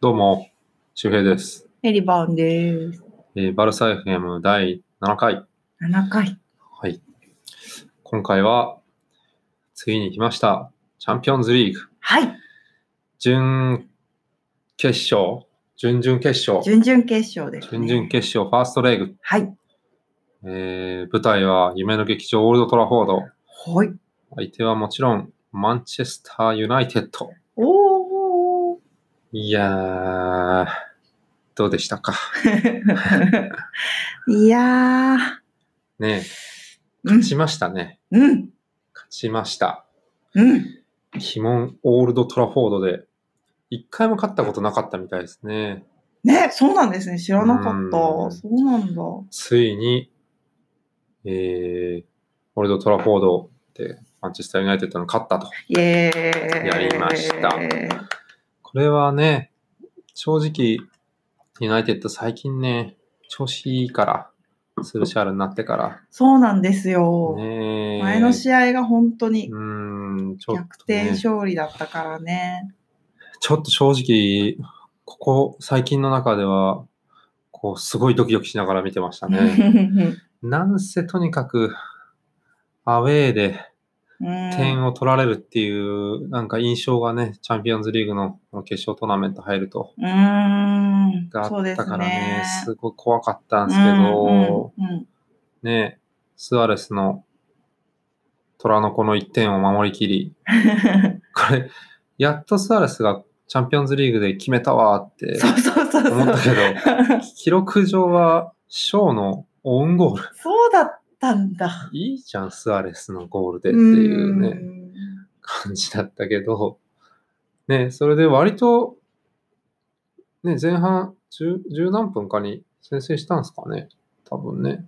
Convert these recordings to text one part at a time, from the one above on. どうも、周平です。エリバンです。えーバルサ FM 第7回。 7回。はい。今回は、ついに来ました。チャンピオンズリーグ、はい。準決勝、準々決勝、準々決勝です、準ね。々決勝、ファーストレーグ。はい。えー舞台は夢の劇場オールドトラフォード。ほい。相手はもちろん、マンチェスターユナイテッド。お ー。いやー、どうでしたか。いやー。ねえうん勝。ちましたね。うん。勝ちました。うん。鬼門オールドトラフォードで、一回も勝ったことなかったみたいですね。ね、そうなんですね。知らなかった。うんそうなんだ。ついに、えー、オールドトラフォードでマンチェスターユナイテッドに勝ったと。イエーイ。やりましたこれはね、正直、ユナイテッド最近ね、調子いいから、スルシャールになってから。そうなんですよ。ねえ前の試合が本当にうーん、ちょっ逆と、転ね、勝利だったからね。ちょっと正直、ここ最近の中では、こう、すごいドキドキしながら見てましたね。なんせとにかく、アウェーでうん点を取られるっていう、なんか印象がね、チャンピオンズリーグのこの決勝トーナメント入ると、うーん。があそうっでたすからねね、。すごい怖かったんですけど、うんうんうんね、スアレスの虎の子の1点を守りきり、 これ、やっとスアレスがチャンピオンズリーグで決めたわーってそうそうそう思そっうた。けど、記録上はショーのオウンゴール。そうだったんだ。いいじゃん、スアレスのゴールでっていうね。ん感じだったけど、ね、それで割と、ね、前半十十何分かに先制したんですかね、多分ね。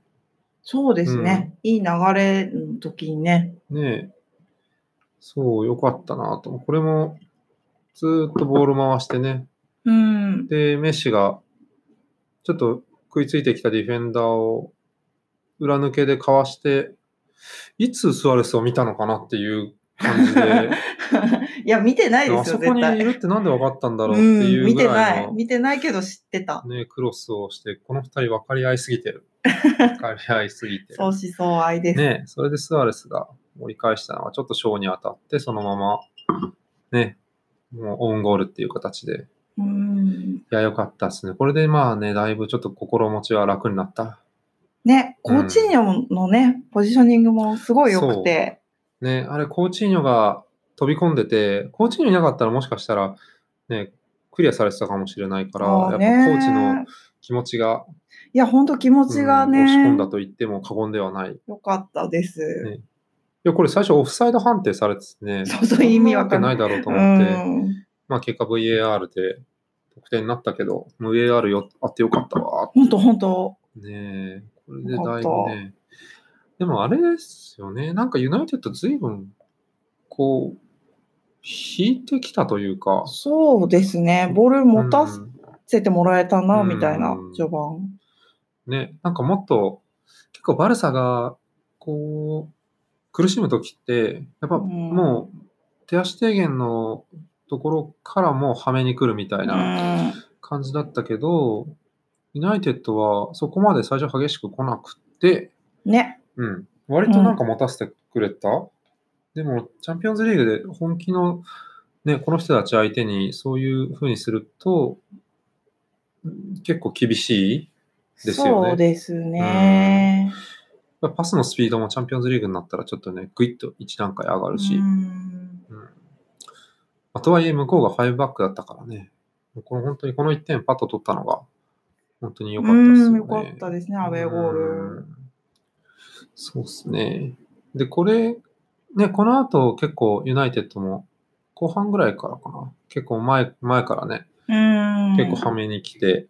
そうですね、いい流れの時にね。ねそう、よかったなと。これも、ずーっとボール回してね。うん。で、メッシが、ちょっと食いついてきたディフェンダーを裏抜けでかわして、いつスアレスを見たのかなっていう感 じで、 いや、見てないであすそよ、こ絶にい対。るってなんで分かったんだろううってん、いう見ぐてらないいの。見てないけど知ってた。ね、クロスをして、この二人分かり合いすぎ てる。分かり合いすぎて相る。思相愛です。ね、それでスアレスが折り返したのは、ちょっとショーに当たって、そのまま、ね、もうオウンゴールっていう形で。うん。いや、よかったですね。これでまあね、だいぶちょっと心持ちは楽になった。ね、うコんーチーニョのね、ポジショニングもすごい良くて。ね、あれ、コーチーニョが飛び込んでて、コーチーニョいなかったらもしかしたら、ね、クリアされてたかもしれないから、やっそぱコうねーチの気持ちが、いや、ほんと気持ちがうん押し込ねん、だと言っても過言ではない。良かったです。ねいや、これ最初オフサイド判定されててね。そうそう意味わかんないそなわけないだろうとう思って。ん。まあ結果 VAR で得点になったけど、VAR よあってよかったわ。ほんとほんと。ねえ。これでだいぶね。でもあれですよね。なんかユナイテッド随分、こう、引いてきたというか。そうですね、ボール持たうんせてもらえたな、うんみたいな、序盤。ね、なんかもっと、結構バルサが、こう、苦しむときって、やっぱうんもう、手足低減のところからもうはめに来るみたいなうん感じだったけど、ユナイテッドはそこまで最初激しく来なくて、ね、うん、割となんか持たせてくれた。でも、チャンピオンズリーグで本気の、ね、この人たち相手にそういう風にすると、うん結構厳しいですよねそうですね。まあパスのスピードもチャンピオンズリーグになったらちょっとね、グイッと1段階上がるし、うんうんあとはいえ向こうが5バックだったからね、この本当にこの1点パッと取ったのが、本当に良かったですようんね。よかったですね、アウェーゴーうル。ん。そうですね。で、これ、ね、この後結構ユナイテッドも後半ぐらいからかな、結構前前からね、うん結構はめに来て、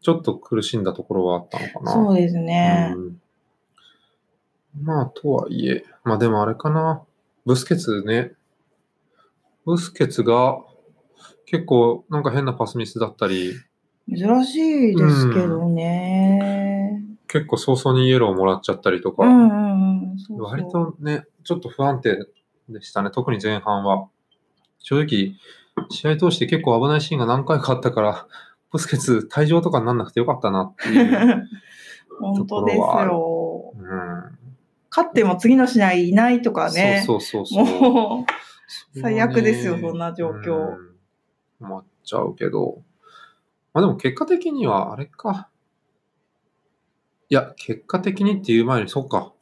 ちょっと苦しんだところはあったのかな。そうですね。うんまあ、とはいえ、まあでもあれかな、ブスケツね、ブスケツが結構なんか変なパスミスだったり、珍しいですけどね。結構早々にイエローもらっちゃったりとか、うんうんうん。そうそう割とね、ちょっと不安定でしたね、特に前半は。正直、試合通して結構危ないシーンが何回かあったから、ブスケツ退場とかになんなくてよかったなって いう。本当ですよ。うん勝っても次の試合いないとかね。そうそうそうそう。もう、最悪ですよそんな状況うん。困っちゃうけど。まあでも結果的には、あれか。いや、結果的にっていう前に、そっか。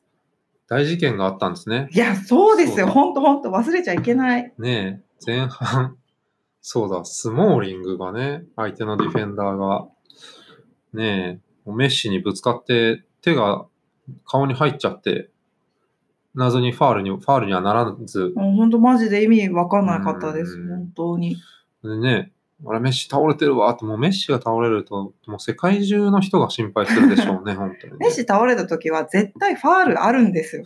大事件があったんですね。いや、そうですよ。そう本当本当忘れちゃいけない。ねえ、前半、 そうだ、スモーリングがね、相手のディフェンダーが、ねえ、メッシにぶつかって、手が顔に入っちゃって、謎にファールに、ファールにはならず、もう本当マジで意味わかんなかったです。うん本当に。でね、あれ、メッシ倒れてるわって、もうメッシが倒れると、もう世界中の人が心配するでしょうね、本当にね、メッシ倒れた時は絶対ファールある んですよ。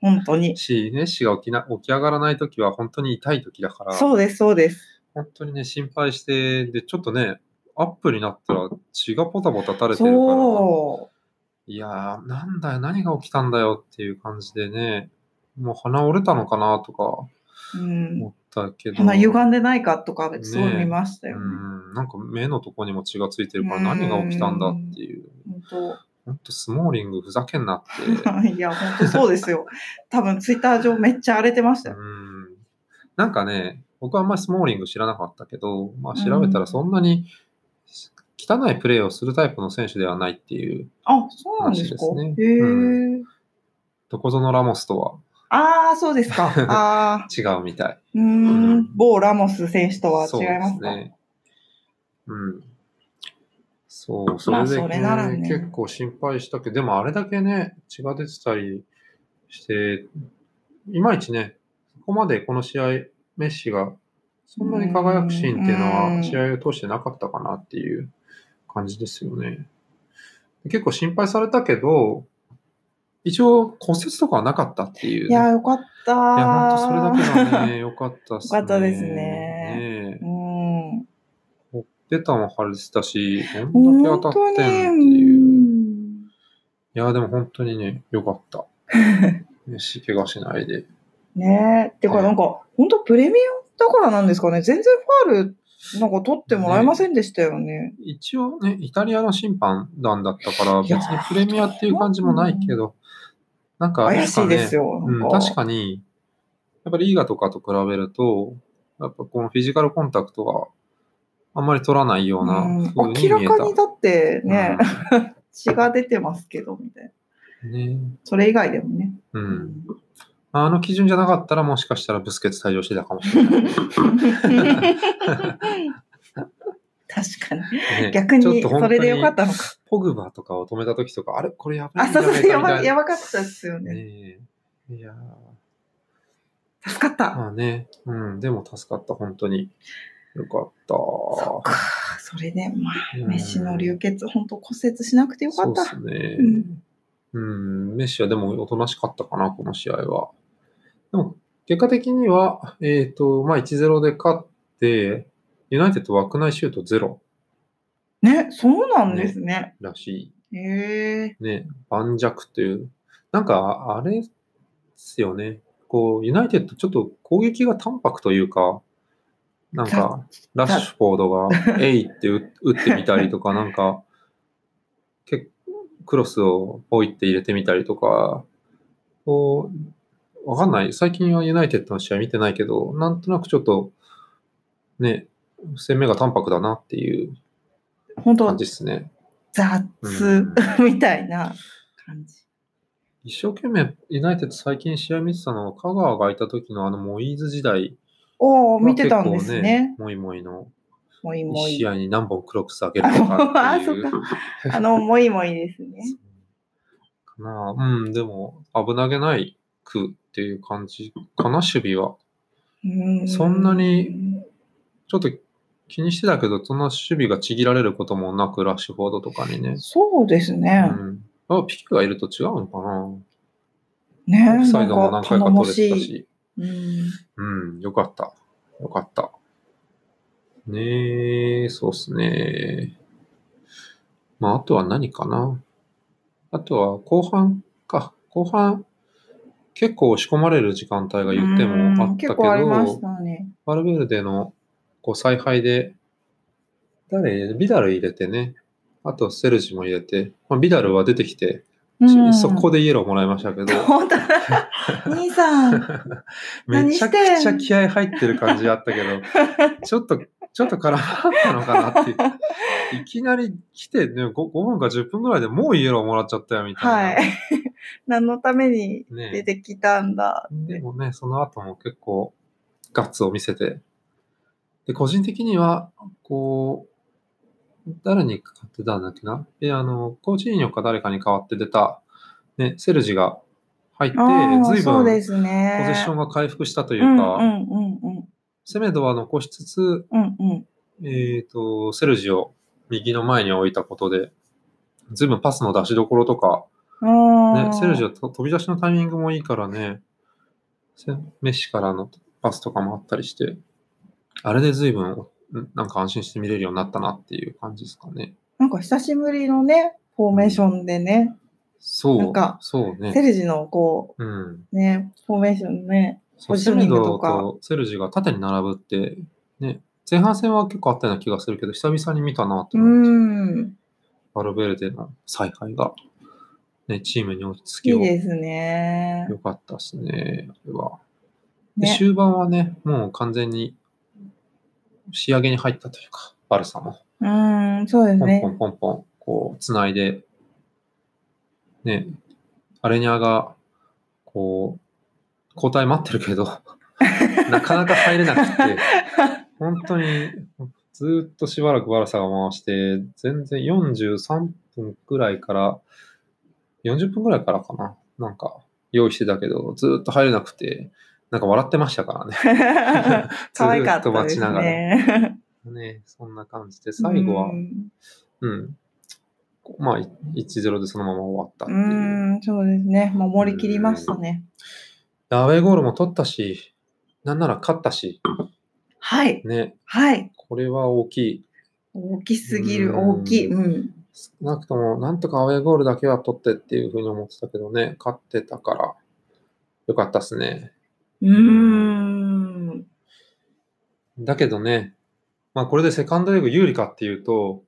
本当に。し、メッシが起きな起き上がらないときは本当に痛いときだから、そうです、そうです。本当にね、心配して、で、ちょっとね、アップになったら血がポタポタ垂れてるから、そいやー、なんだよ、何が起きたんだよっていう感じでね、もう鼻折れたのかなとかう。うん。思ったけど、鼻歪んでないかとか、そうねえ見ましたうよね。ん、なんか目のとこにも血がついてるからうん何が起きたんだっていう、本ほんとスモーリングふざけんなって、当。 いや、本当そうですよ。多分ツイッター上めっちゃ荒れてま したうよ。ん、なんかね、僕はあんまりスモーリング知らなかったけど、まあ調べたらそんなに汚いプレーをするタイプの選手ではないっていう、あ、そうなんですか。話ですねへえ。うどこぞのラモスとはああ、そうで すか。ああ。違うみたい。うーん。某ラモス選手とは違いますそうでか。ね。うん。そう、それまで、あそれならね結構心配したけど、でもあれだけね、血が出てたりして、いまいちね、ここまでこの試合、メッシがそんなに輝くシーンっていううのんは、試合を通してなかったかなっていう感じですよね。結構心配されたけど、一応骨折とかはなかったっていういね、や、よかった。いいや、本当それだけが ね、良かったっすね。良かったですねねえ。うん。出たも晴れてたし、どんだけ当本た当っに。てんうっていう。いんや、でも本当にね、良か った。ねし、怪我しないで。ねえ。てか、なんか、本当プレミアムだからなんですかね。全然ファール、なんか取ってもらえませんでしたよね。一応ね、イタリアの審判団だったから、い別やにプレミアっていう感じもないけど、なんか、怪しいですよ。よ。うん、なん確かに、やっぱりリーガとかと比べると、やっぱこのフィジカルコンタクトがあんまり取らないようなうん風に見え明た。らかにだってね、うん血が出てますけど、みたいな。ねそれ以外でもね。うん。あの基準じゃなかったら、もしかしたらブスケツ退場してたかもしれ ない。確かに。ね逆ちょに、っと本そ当にれでよかったのか。ポグバとかを止めた時とか、あれこれやばあ、いんじそゃうないかそう、みたやばいな。やばかったですよね。ねえいやー助かった。まあね、うん、でも助かった、本当に。よかった。そっか。それで、まあ、うんメッシの流血、本当骨折しなくてよかった。そうですね。うん、メッシはでもおとなしかったかな、この試合は。でも、結果的には、えっ、と、まあ1-0で勝って、ユナイテッド枠内シュートゼロね、そうなんですね。らしい。へえ。ね、盤石という、なんかあれですよね、こう、ユナイテッド、ちょっと攻撃が淡白というか、なんか、ラッシュフォードが、えいって打打ってみたりとか、なんか、結クロスをポイって入れてみたりとか、こう、わかんない。最近はユナイテッドの試合見てないけど、なんとなくちょっと、ね、攻めが淡白だなっていう本当感じですね。雑、うんみたいな感じ。一生懸命、ユナイテッド最近試合見てたのは、香川がいた時のあのモイーズ時代。おお、見てたんですね。まあ結構モイモイのもいも一い試。合に何本クロックス上げるとかっていう。あそあの、もいもいですね。かなあうん、でも、危なげないくっていう感じかな、守備は。うそんなに。ちょっと気にしてたけど、そんな守備がちぎられることもなく、ラッシュフォードとかにね。そうですうね。ん、あピキがいると違うのかな。オね、フサなイんドも何か回頼かも取れてしたい。し。うんうん、よかった。よかった。ねえ、そうっすね。まあ、あとは何かな。あとは後半か。後半、結構押し込まれる時間帯が言ってもあうったんけ結ど、構ありましたね。バルベルデのこう采配で、誰入れビダル入れてね、あとセルジも入れて、まあ、ビダルは出てきて、うん、速攻でイエローもらいましたけど、本 当だ。兄さん。め何ちしゃてくちゃ気合入ってる感じあったけど、 ちょっと、ちょっと空回ったのかなっていう。いきなり来て、ね5、5分か10分ぐらいでもうイエローもらっちゃったよみたいな。はい。 何のためにね出てきたんだ。でもね、その後も結構ガッツを見せて、で、個人的には、こう、誰に買ってたんだっけなで、あの、コーチーニョか誰かに代わって出た、ね、セルジが入って、ああ、随そう分ポでゼすね。ッションが回復したといううんか、うんうんうん攻め度は残しつつ、うんうん。えっ、と、セルジを右の前に置いたことで、随分パスの出しどころとか、あね、あセルジオと飛び出しのタイミングもいいからね、せメッシからのパスとかもあったりして、あれで随分んなんか安心して見れるようになったなっていう感じですかね。なんか久しぶりのね、フォーメーションでね、そう、なんかそうねセ。ルジのこうん。う、ね、フォーメーションね。そうポジシセョニルンドグとかとセルジが縦に並ぶって、ね、前半戦は結構あったような気がするけど、久々に見たなとう思って、ん。バルベルデの采配が、ね、チームに落ち着きいいをですね。良かったですね、あれは。でね終盤はね、もう完全に仕上げに入ったというか、バルサも、うん、そうですポンポ ね。ンポンポン、こう、つないで、ね、アレニャが、こう、交代待ってるけ ど、なかなか入れなくて、本当に、ずーっとしばらくバルサが回して、全然43分くらいから、40分くらいからかな、なんか、用意してたけど、ずーっと入れなくて、なんか笑ってましたからね。可愛かっずーたですながら。ね。ね、そんな感じで、最後はう、んうん。まあ、い1-0でそのまま終わったってういう。ん、そうですね。守りきりましたね。アウェーゴールも取ったし、なんなら勝ったし、はい、ね、はい。これは大きい。大きすぎる、うん大きい。うん。少なくとも、なんとかアウェーゴールだけは取ってっていうふうに思ってたけどね、勝ってたから、よかったっすね。うーん。だけどね、まあ、これでセカンドレグ有利かっていうと、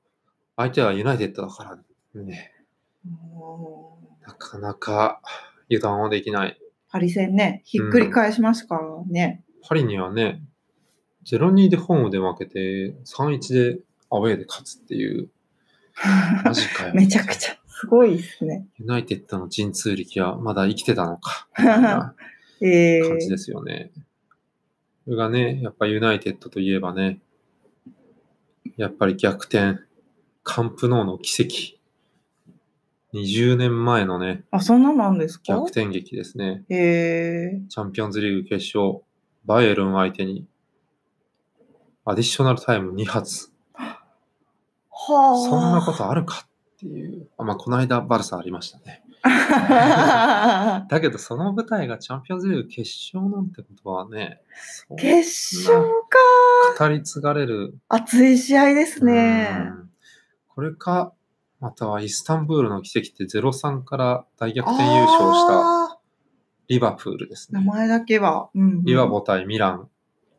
相手はユナイテッドだからね、もうなかなか油断はできない。パリ戦ね、ひっくり返しましたからね。パリにはね、0-2でホームで負けて、3-1でアウェーで勝つっていう、マジかよ。 めちゃくちゃ、すごいですね。ユナイテッドの陣痛力はまだ生きてたのか、みたいなええ感じですよね。それがね、やっぱユナイテッドといえばね、やっぱり逆転、カンプノーの奇跡。20年前のね、あ、そんななんですか逆転劇ですね。へえチャンピオンズリーグ決勝、バイエルン相手に、アディショナルタイム2発。はあ。そんなことあるかっていう。あまあ、この間バルサありました ね。と。だけど、その舞台がチャンピオンズリーグ決勝なんてことはね、そう決勝か。語り継がれる。熱い試合ですね。うんこれか、またはイスタンブールの奇跡って03から大逆転優勝したあリバプールですー名ね。前だけは。うん、うん。リバボ対ミラン。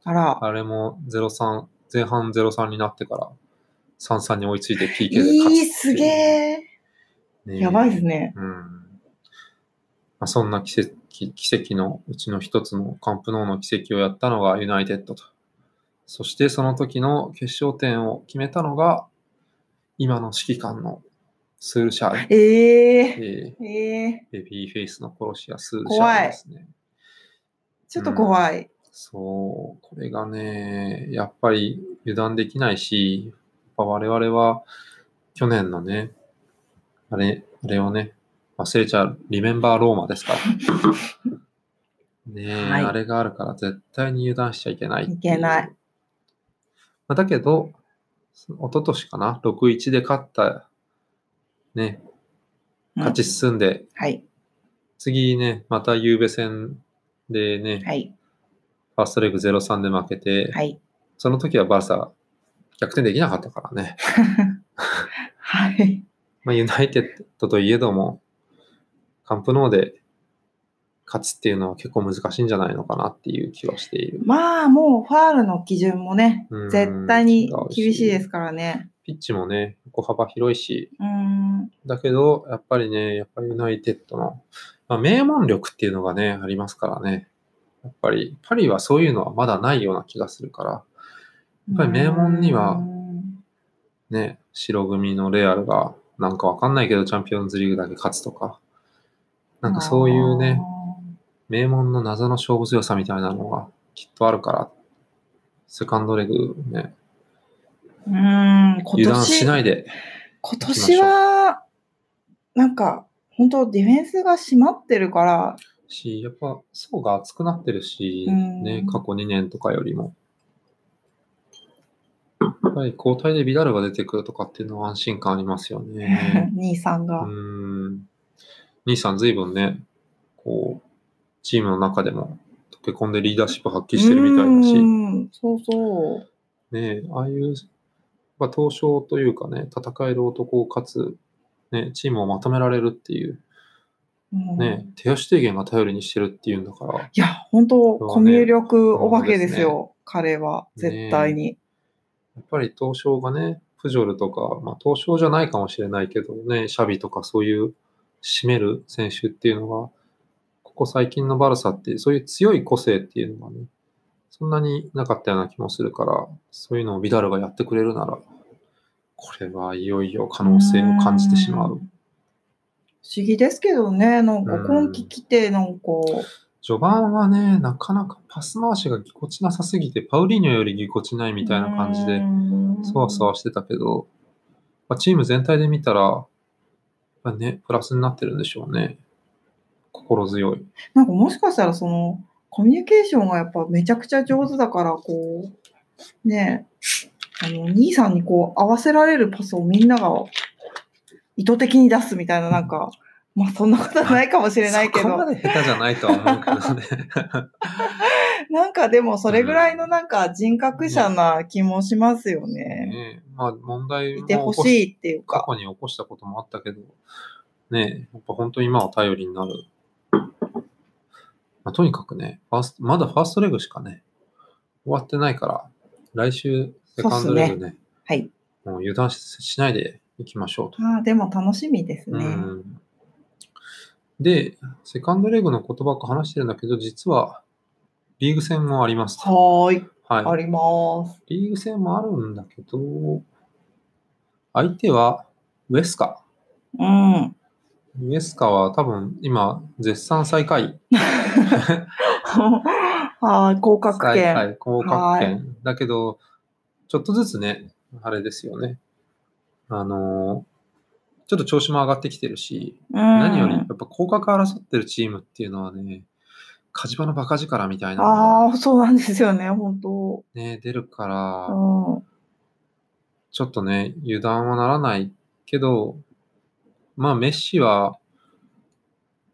あら。あれも03、前半03になってから33に追いついて PK で勝つっていう。いい、すげえ。ねやばいですね。うんまあ、そんな奇跡奇跡のうちの一つのカンプノーの奇跡をやったのがユナイテッドと。そしてその時の決勝点を決めたのが今の指揮官のスールシャール。えええーええベビーフェイスの殺し屋スールシャールですね。ちょっと怖い。そう、これがね、やっぱり油断できないし、やっぱ我々は去年のね、あれ、あれをね、忘れちゃう、リメンバーローマですから。 ねえ、はいあれがあるから絶対に油断しちゃいけないってういけない。まあだけど、その一昨年かな、6-1で勝った、ね、うん勝ち進んで、はい。次ね、また夕べ戦でね、はい。ファーストレグ0-3で負けて、はい。その時はバルサ逆転できなかったからね。はい。まあ、ユナイテッドといえども、カンプノーで勝つっていうのは結構難しいんじゃないのかなっていう気はしている。まあ、もうファールの基準もね、うん。絶対に厳しいですすからね。ピッチもね、横幅広いし、うん。だけど、やっぱりね、やっぱユナイテッドの、まあ、名門力っていうのがね、ありますからね。やっぱり、パリはそういうのはまだないような気がするから、やっぱり名門にはうんね、白組のレアルが、なんかわかんないけど、チャンピオンズリーグだけ勝つとか、なんかそういうね、。名門の謎の勝負強さみたいなのがきっとあるから、セカンドレグね、うん、今油断し年、ないで、今年は、なんか、本当ディフェンスが締まってるから、し、やっぱ層が厚くなってるし、うんね、過去2年とかよりも。やっぱり交代でビダルが出てくるとかっていうのは安心感ありますよ ね。兄さんうが。ん。兄さん随分ね、こう、チームの中でも溶け込んでリーダーシップ発揮してるみたいだし、うねんそうそう。え、ああいう、まあ、闘争というかね、戦える男を勝つ、ね、チームをまとめられるっていう、うんね、手足提言が頼りにしてるっていうんだから、いや、本当そうねコミュ力お化けですよ、彼は、絶対に。やっぱり東証がね、プジョルとか、まあ、東証じゃないかもしれないけどね、シャビとかそういう締める選手っていうのが、ここ最近のバルサって、そういう強い個性っていうのがね、そんなになかったような気もするから、そういうのをビダルがやってくれるなら、これはいよいよ可能性を感じてしまんう。不思議ですけどね、なんかうん今季来て、なんか、序盤はね、なかなかパス回しがぎこちなさすぎて、パウリーニョよりぎこちないみたいな感じで、そわそわ。わしてたけど、まあ、チーム全体で見たら、やっぱね、プラスになってるんでしょうね。心強い。なんかもしかしたら、その、コミュニケーションがやっぱめちゃくちゃ上手だから、こう、ねえ、あの、兄さんにこう、合わせられるパスをみんなが意図的に出すみたいな、なんか、まあそんなことはないかもしれないけそこどま。で下手じゃないとは思うけどね。なんかでもそれぐらいのなんか人格者な気もしますよ ね。ねまあ問題いもてほ起こしいっていう過か。去に起こしたこともあったけど、ねやっぱ本当に今は頼りになる。まあ、とにかくねファースト、まだファーストレグしかね、終わってないから、来週、セカンドレグね、はい。もう油断ししないでいきましょうと。ああ、でも楽しみですうね。んで、セカンドレグのことばっか話してるんだけど、実はリーグ戦もありますと。はーい、あはります。い、リーグ戦もあるんだけど、相手はウェスカ。うん。 ウェスカは多分今、絶賛最下位。ああ、降格最下圏。位、降格圏。だけど、ちょっとずつね、あれですよね。あのーちょっと調子も上がってきてるし、何何より、やっぱ降格争ってるチームっていうのはね、火事場のバカ力みたいなのが、ああ、そうなんですよね、本当。ね、出るかうら、ん。ちょっとね、油断はならないけど、まあ、メッシは、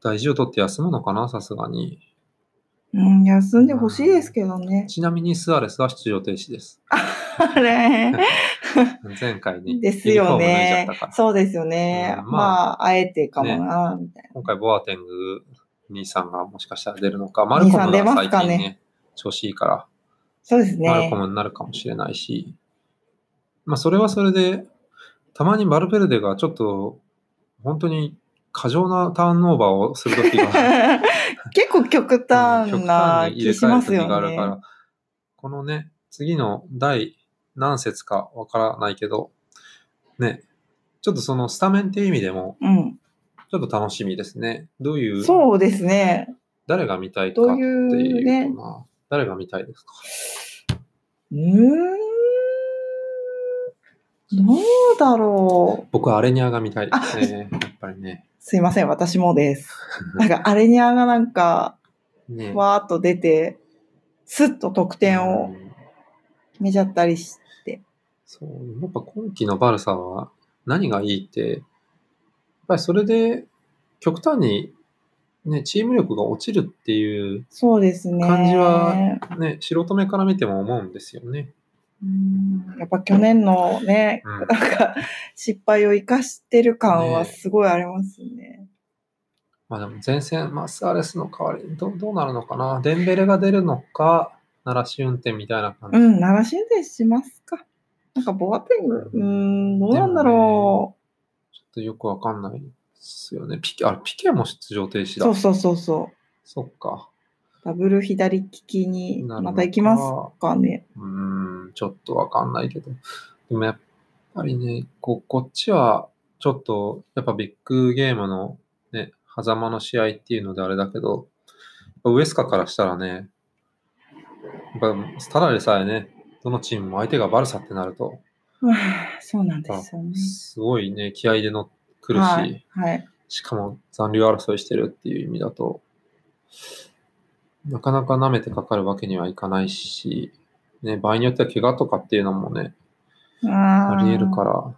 大事を取って休むのかな、さすがに。うん、休んでほしいですけどね。ちなみに、スアレスは出場停止です。あれ前回に。ですよユニねフォーム脱いじゃったから。そうですよね。うんままああ、あえてかもな、みたい今回、ボアテング兄さんがもしかしたら出るのか、マルコム兄さん出がま最すかね近ね、調子いいから。な。そうですマルねコ。ムになるかもしれないし、まあ、それはそれで、たまにバルペルデがちょっと、本当に過剰なターンオーバーをするときが、 結構 極端な気しますよあるかね。ら、このね、次の第何節かわからないけど、ね、ちょっとそのスタメンっていう意味でも、うん、ちょっと楽しみですね。どういう、そうですね。誰が見たいかってどういういうねかな誰が見たいですかうーん。どうだろう。僕はアレニアが見たいですね。やっぱりね。すいません、私も です。なんか、アレニアがなんか、ねわーっと出て、スッと得点うをん決めちゃったりし、そう、やっぱ今季のバルサは何がいいって、やっぱりそれで極端にね、チーム力が落ちるっていうそうですね。感じはね、素人目から見ても思うんですよね。うんやっぱ去年のね、うんなんか、失敗を生かしてる感はすごいありますね。まあでも前線、まあスアレスの代わりにどどうなるのかな。デンベレが出るのか、鳴らし運転みたいな感じ。うん、鳴らし運転しますか。なんかボアテング、うーん、どうなんだろちょっとよくわかんないですよね。ピケ、あ、ピケも出場停止う。だ。そうそうそうそそっか。う。ダブル左利きになるのまかた行きますかね。うーん、ちょっとわかんないけど。でもやっぱりね、ここっちは、ちょっと、やっぱビッグゲームのね、狭間の試合っていうのであれだけど、やっぱウエスカからしたらね、やっぱただでさえね、どのチームも相手がバルサってなると、はあそうなんですよね。すごいね、気合での来るし、はい。はい。しかも残留争いしてるっていう意味だと、なかなか舐めてかかるわけにはいかないし、ね、場合によっては怪我とかっていうのもね、あ。あり得るからら、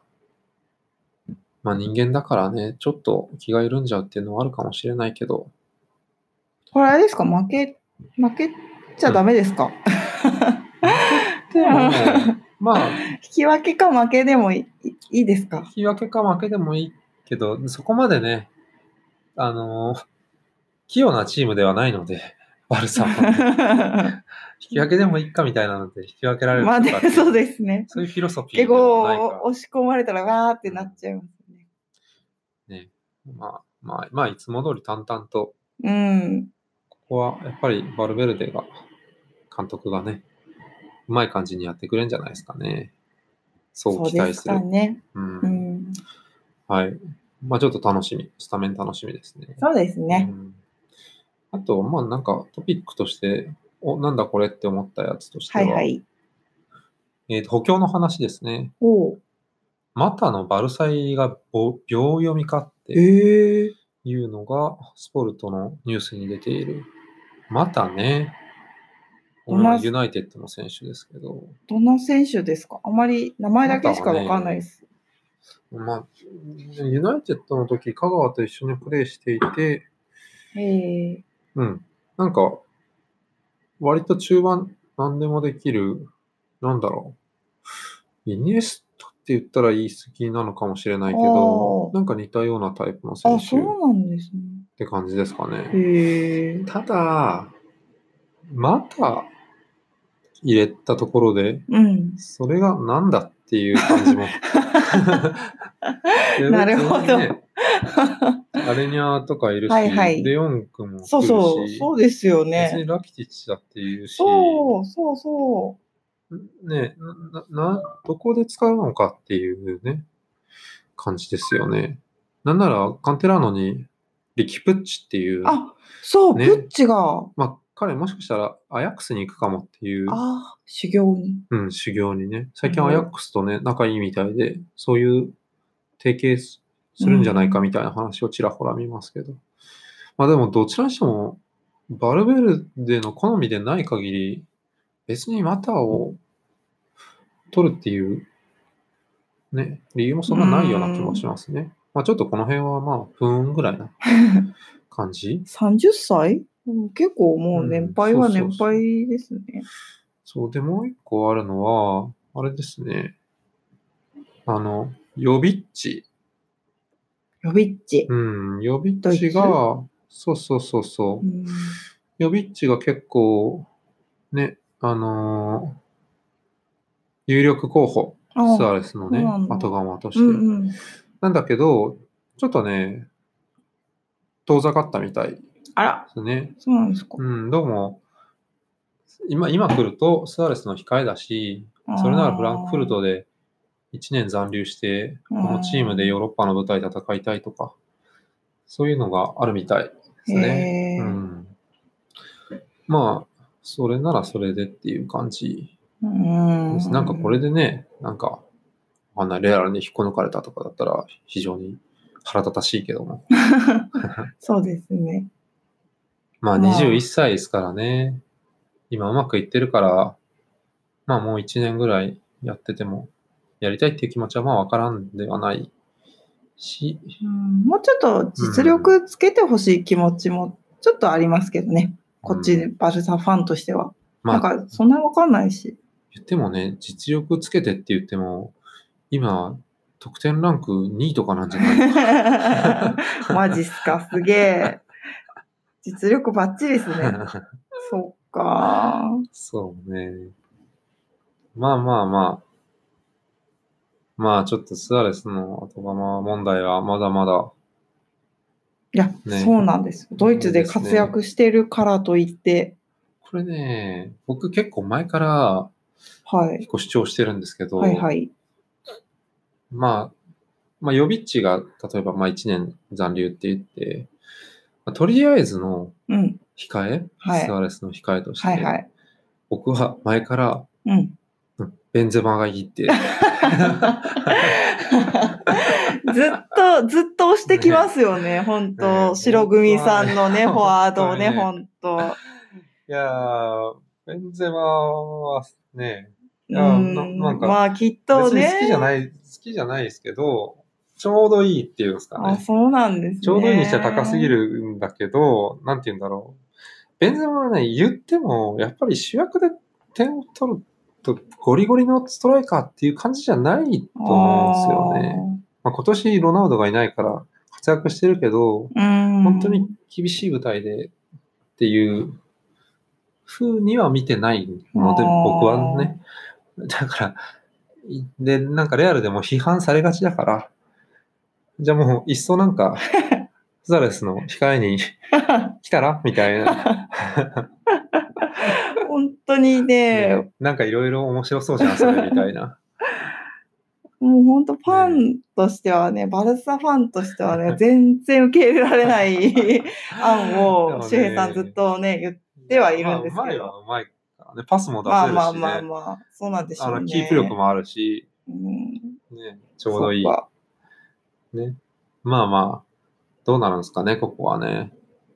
まあ人間だからね、ちょっと気が緩んじゃうっていうのはあるかもしれないけ ど、これあれですか負け、負けちゃダメですか、でもねまあ、引き分けか負けでもいいいいですか引き分けか負けでもいいけど、そこまでね、あのー器用なチームではないので、バルサ も引き分けでもいいかみたいなので、引き分けられるとまかあっていでう、そうですね。そういうフィロソフィー結ではないか構押し込まれたらわーってなっちゃいますね。ら、まあ、まあ、まあ、いつも通り淡々と、うん。ここはやっぱりバルベルデが、監督がね、うまい感じにやってくれるんじゃないですかね。そうそう期で待すする。かね。うんうん。はい。まあちょっと楽しみ。スタメン楽しみですね。そうですね。うんあと、まあなんかトピックとして、お、なんだこれって思ったやつとしてはは、いはい。えーと補強の話ですね。おう。マタのバルサイがぼ秒読みかってええ。いうのが、スポルトのニュースに出ている。またね、こまのあユナイテッドの選手ですけど、どんな選手ですかあまり名前だけしかわかんないです。まあ、ユナイテッドの時、香川と一緒にプレーしていて、ええ。うん。なんか、割と中盤何でもできる、なんだろう。イニエスタって言ったら言い過ぎなのかもしれないけどあ、ーなんか似たようなタイプの選あ、手そっうなんですね。て感じですかね。へえ。ただ、また入れたところで、うん。それがなんだっていう感じも。 なるほど別にねアレニャとかいるし、はいはいデヨン君も来るし、そうそう、そうですよね。別にラキティッチだっていうし、そう、そうそ。ねななな、どこで使うのかっていうね、感じですよね。なんなら、カンテラーノにリキプッチっていうう、あ、そう、ねプッチが、まあ、彼もしかしたらアヤックスに行くかもっていう、あ、修行に。うん、修行にね。最近うんアヤックスとね、仲いいみたいで、そういう提携すするんじゃないかみたいな話をちらほら見ますけど。まあでも、どちらにしても、バルベルデの好みでない限り、別にマターを取るっていう、ね、理由もそんなないような気もしますね。まあちょっとこの辺はまあ、不運ぐらい な感じ。 30歳でも結構もう年配はうんそ年うそうそう配ですね。そう、で、もう一個あるのは、あれですね。あの、ヨビッチ。ヨビッチ。うん、ヨビドッイチツが、そうそうそうそうう。んヨビッチが結構、ね、あのー有力候補、あスアレスのねそうなん、だ後釜として、うんうん。なんだけど、ちょっとね、遠ざかったみたいであら、すね。そうなんですか。うん、どうも、今、今来ると、スアレスの控えだし、それならフランクフルトで1年残留して、このチームでヨーロッパの舞台で戦いたいとか、そういうのがあるみたいですね。へうーん、まあ、それならそれでっていう感じうんです。なんかこれでね、なんか、あんなレアルに引っこ抜かれたとかだったら非常に腹立たしいけども。 そうですね。まあまあ21歳ですからね、今うまくいってるから、まあもう1年ぐらいやってても、やりたいっていう気持ちはまあわからんではないし、うんもうちょっと実力つけてほしい気持ちもちょっとありますけどね。こっうちんバルサファンとしては。まあなんかそんなわかんないし。言ってもね、実力つけてって言っても、今、得点ランク2位とかなんじゃない マジっすか、すげえ。実力バッチリですね。そっか。そうね。まあまあまあ。まあちょっとスアレスの後釜問題はまだまだ。いや、ねそうなんですよ。ドイツで活躍してるからといって、これね、僕結構前からはい。結構主張してるんですけど、はいはい。まあ、まあ、予備地が例えばまあ1年残留って言って、まあ、とりあえずのうん。控え、はいスアレスの控えとして、はいはい。僕は前からうん。ベンゼマがいいって ずっと、 ずっと押してきますよね、本ね当白組さんのね、フ本ォワードをね、本本当いやー、ベンゼマはね、うやんななんかまあ、きっと別に好きじゃね。ない、好きじゃないですけど、ちょうどいいっていうんですかあ、ね。そうなんですね。ちょうどいいにしては高すぎ。るんだけど、なんて言うんだろう。ベンゼマはね、言っても、やっぱり主役で点を取ると、ゴリゴリのストライカーっていう感じじゃないと思うんですよね。まあ、今年ロナウドがいないから活躍してるけど、あー。うん。本当に厳しい舞台でっていう風には見てないので、あー僕はね。だから、いで、なんかレアルでも批判されがちだから、じゃあもういっそなんか、スザレスの控えに来たらみたいな。本当にね、ねなんかいろいろ面白そうじゃん、それみたいな。もう本当ファンとしてはね、バルサファンとして はね、全然受け入れられない案を、周平さんずっとね、言って、ではいるんですけどまあうまいはうまいからね。パスも出せまるあし、ね。まあまあまあ、そうなんでしょあうね。の、キープ力もあるし、うん、ね、ちょうどいいそっ。かね。まあまあ、どうなるんですかね、ここはね。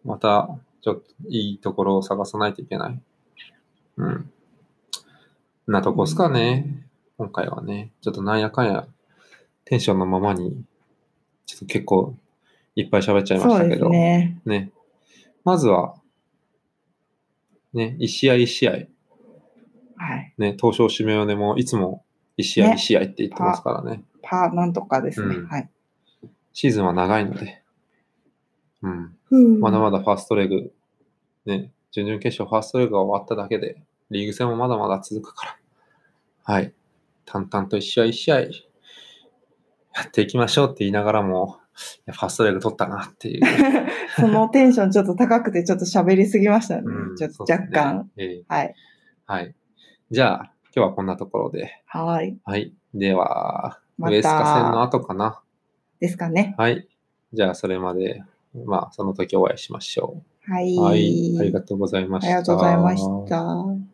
また、ちょっといいところを探さないといけない。うん。なとこっすかね。今回はね、ちょっとなんやかんや、テンションのままに、ちょっと結構、いっぱい喋っちゃいましそたけうですど。ねね。まずは、ね、一試合一試合。はい。ね、東証指名をね、もういつも一試合ね一試合って言ってますからねパーなんとかですね。うんはい。シーズンは長いので。うん。まだまだファーストレグ、ね、準々決勝ファーストレグが終わっただけで、リーグ戦もまだまだ続くから、はい、淡々と一試合一試合、やっていきましょうって言いながらも、いやファーストレグ取ったなっていう。 そのテンションちょっと高くて、ちょっと喋りすぎましたね。うんちょっとそうっす若ね干。ええはい。はい。じゃあ、今日はこんなところで。はい。はい。では、まウエスカ戦のた、後かな。ですかね。はい。じゃあ、それまで、まあ、その時お会いしましょはう。い。はい。ありがとうございまあしりた。がとうございました。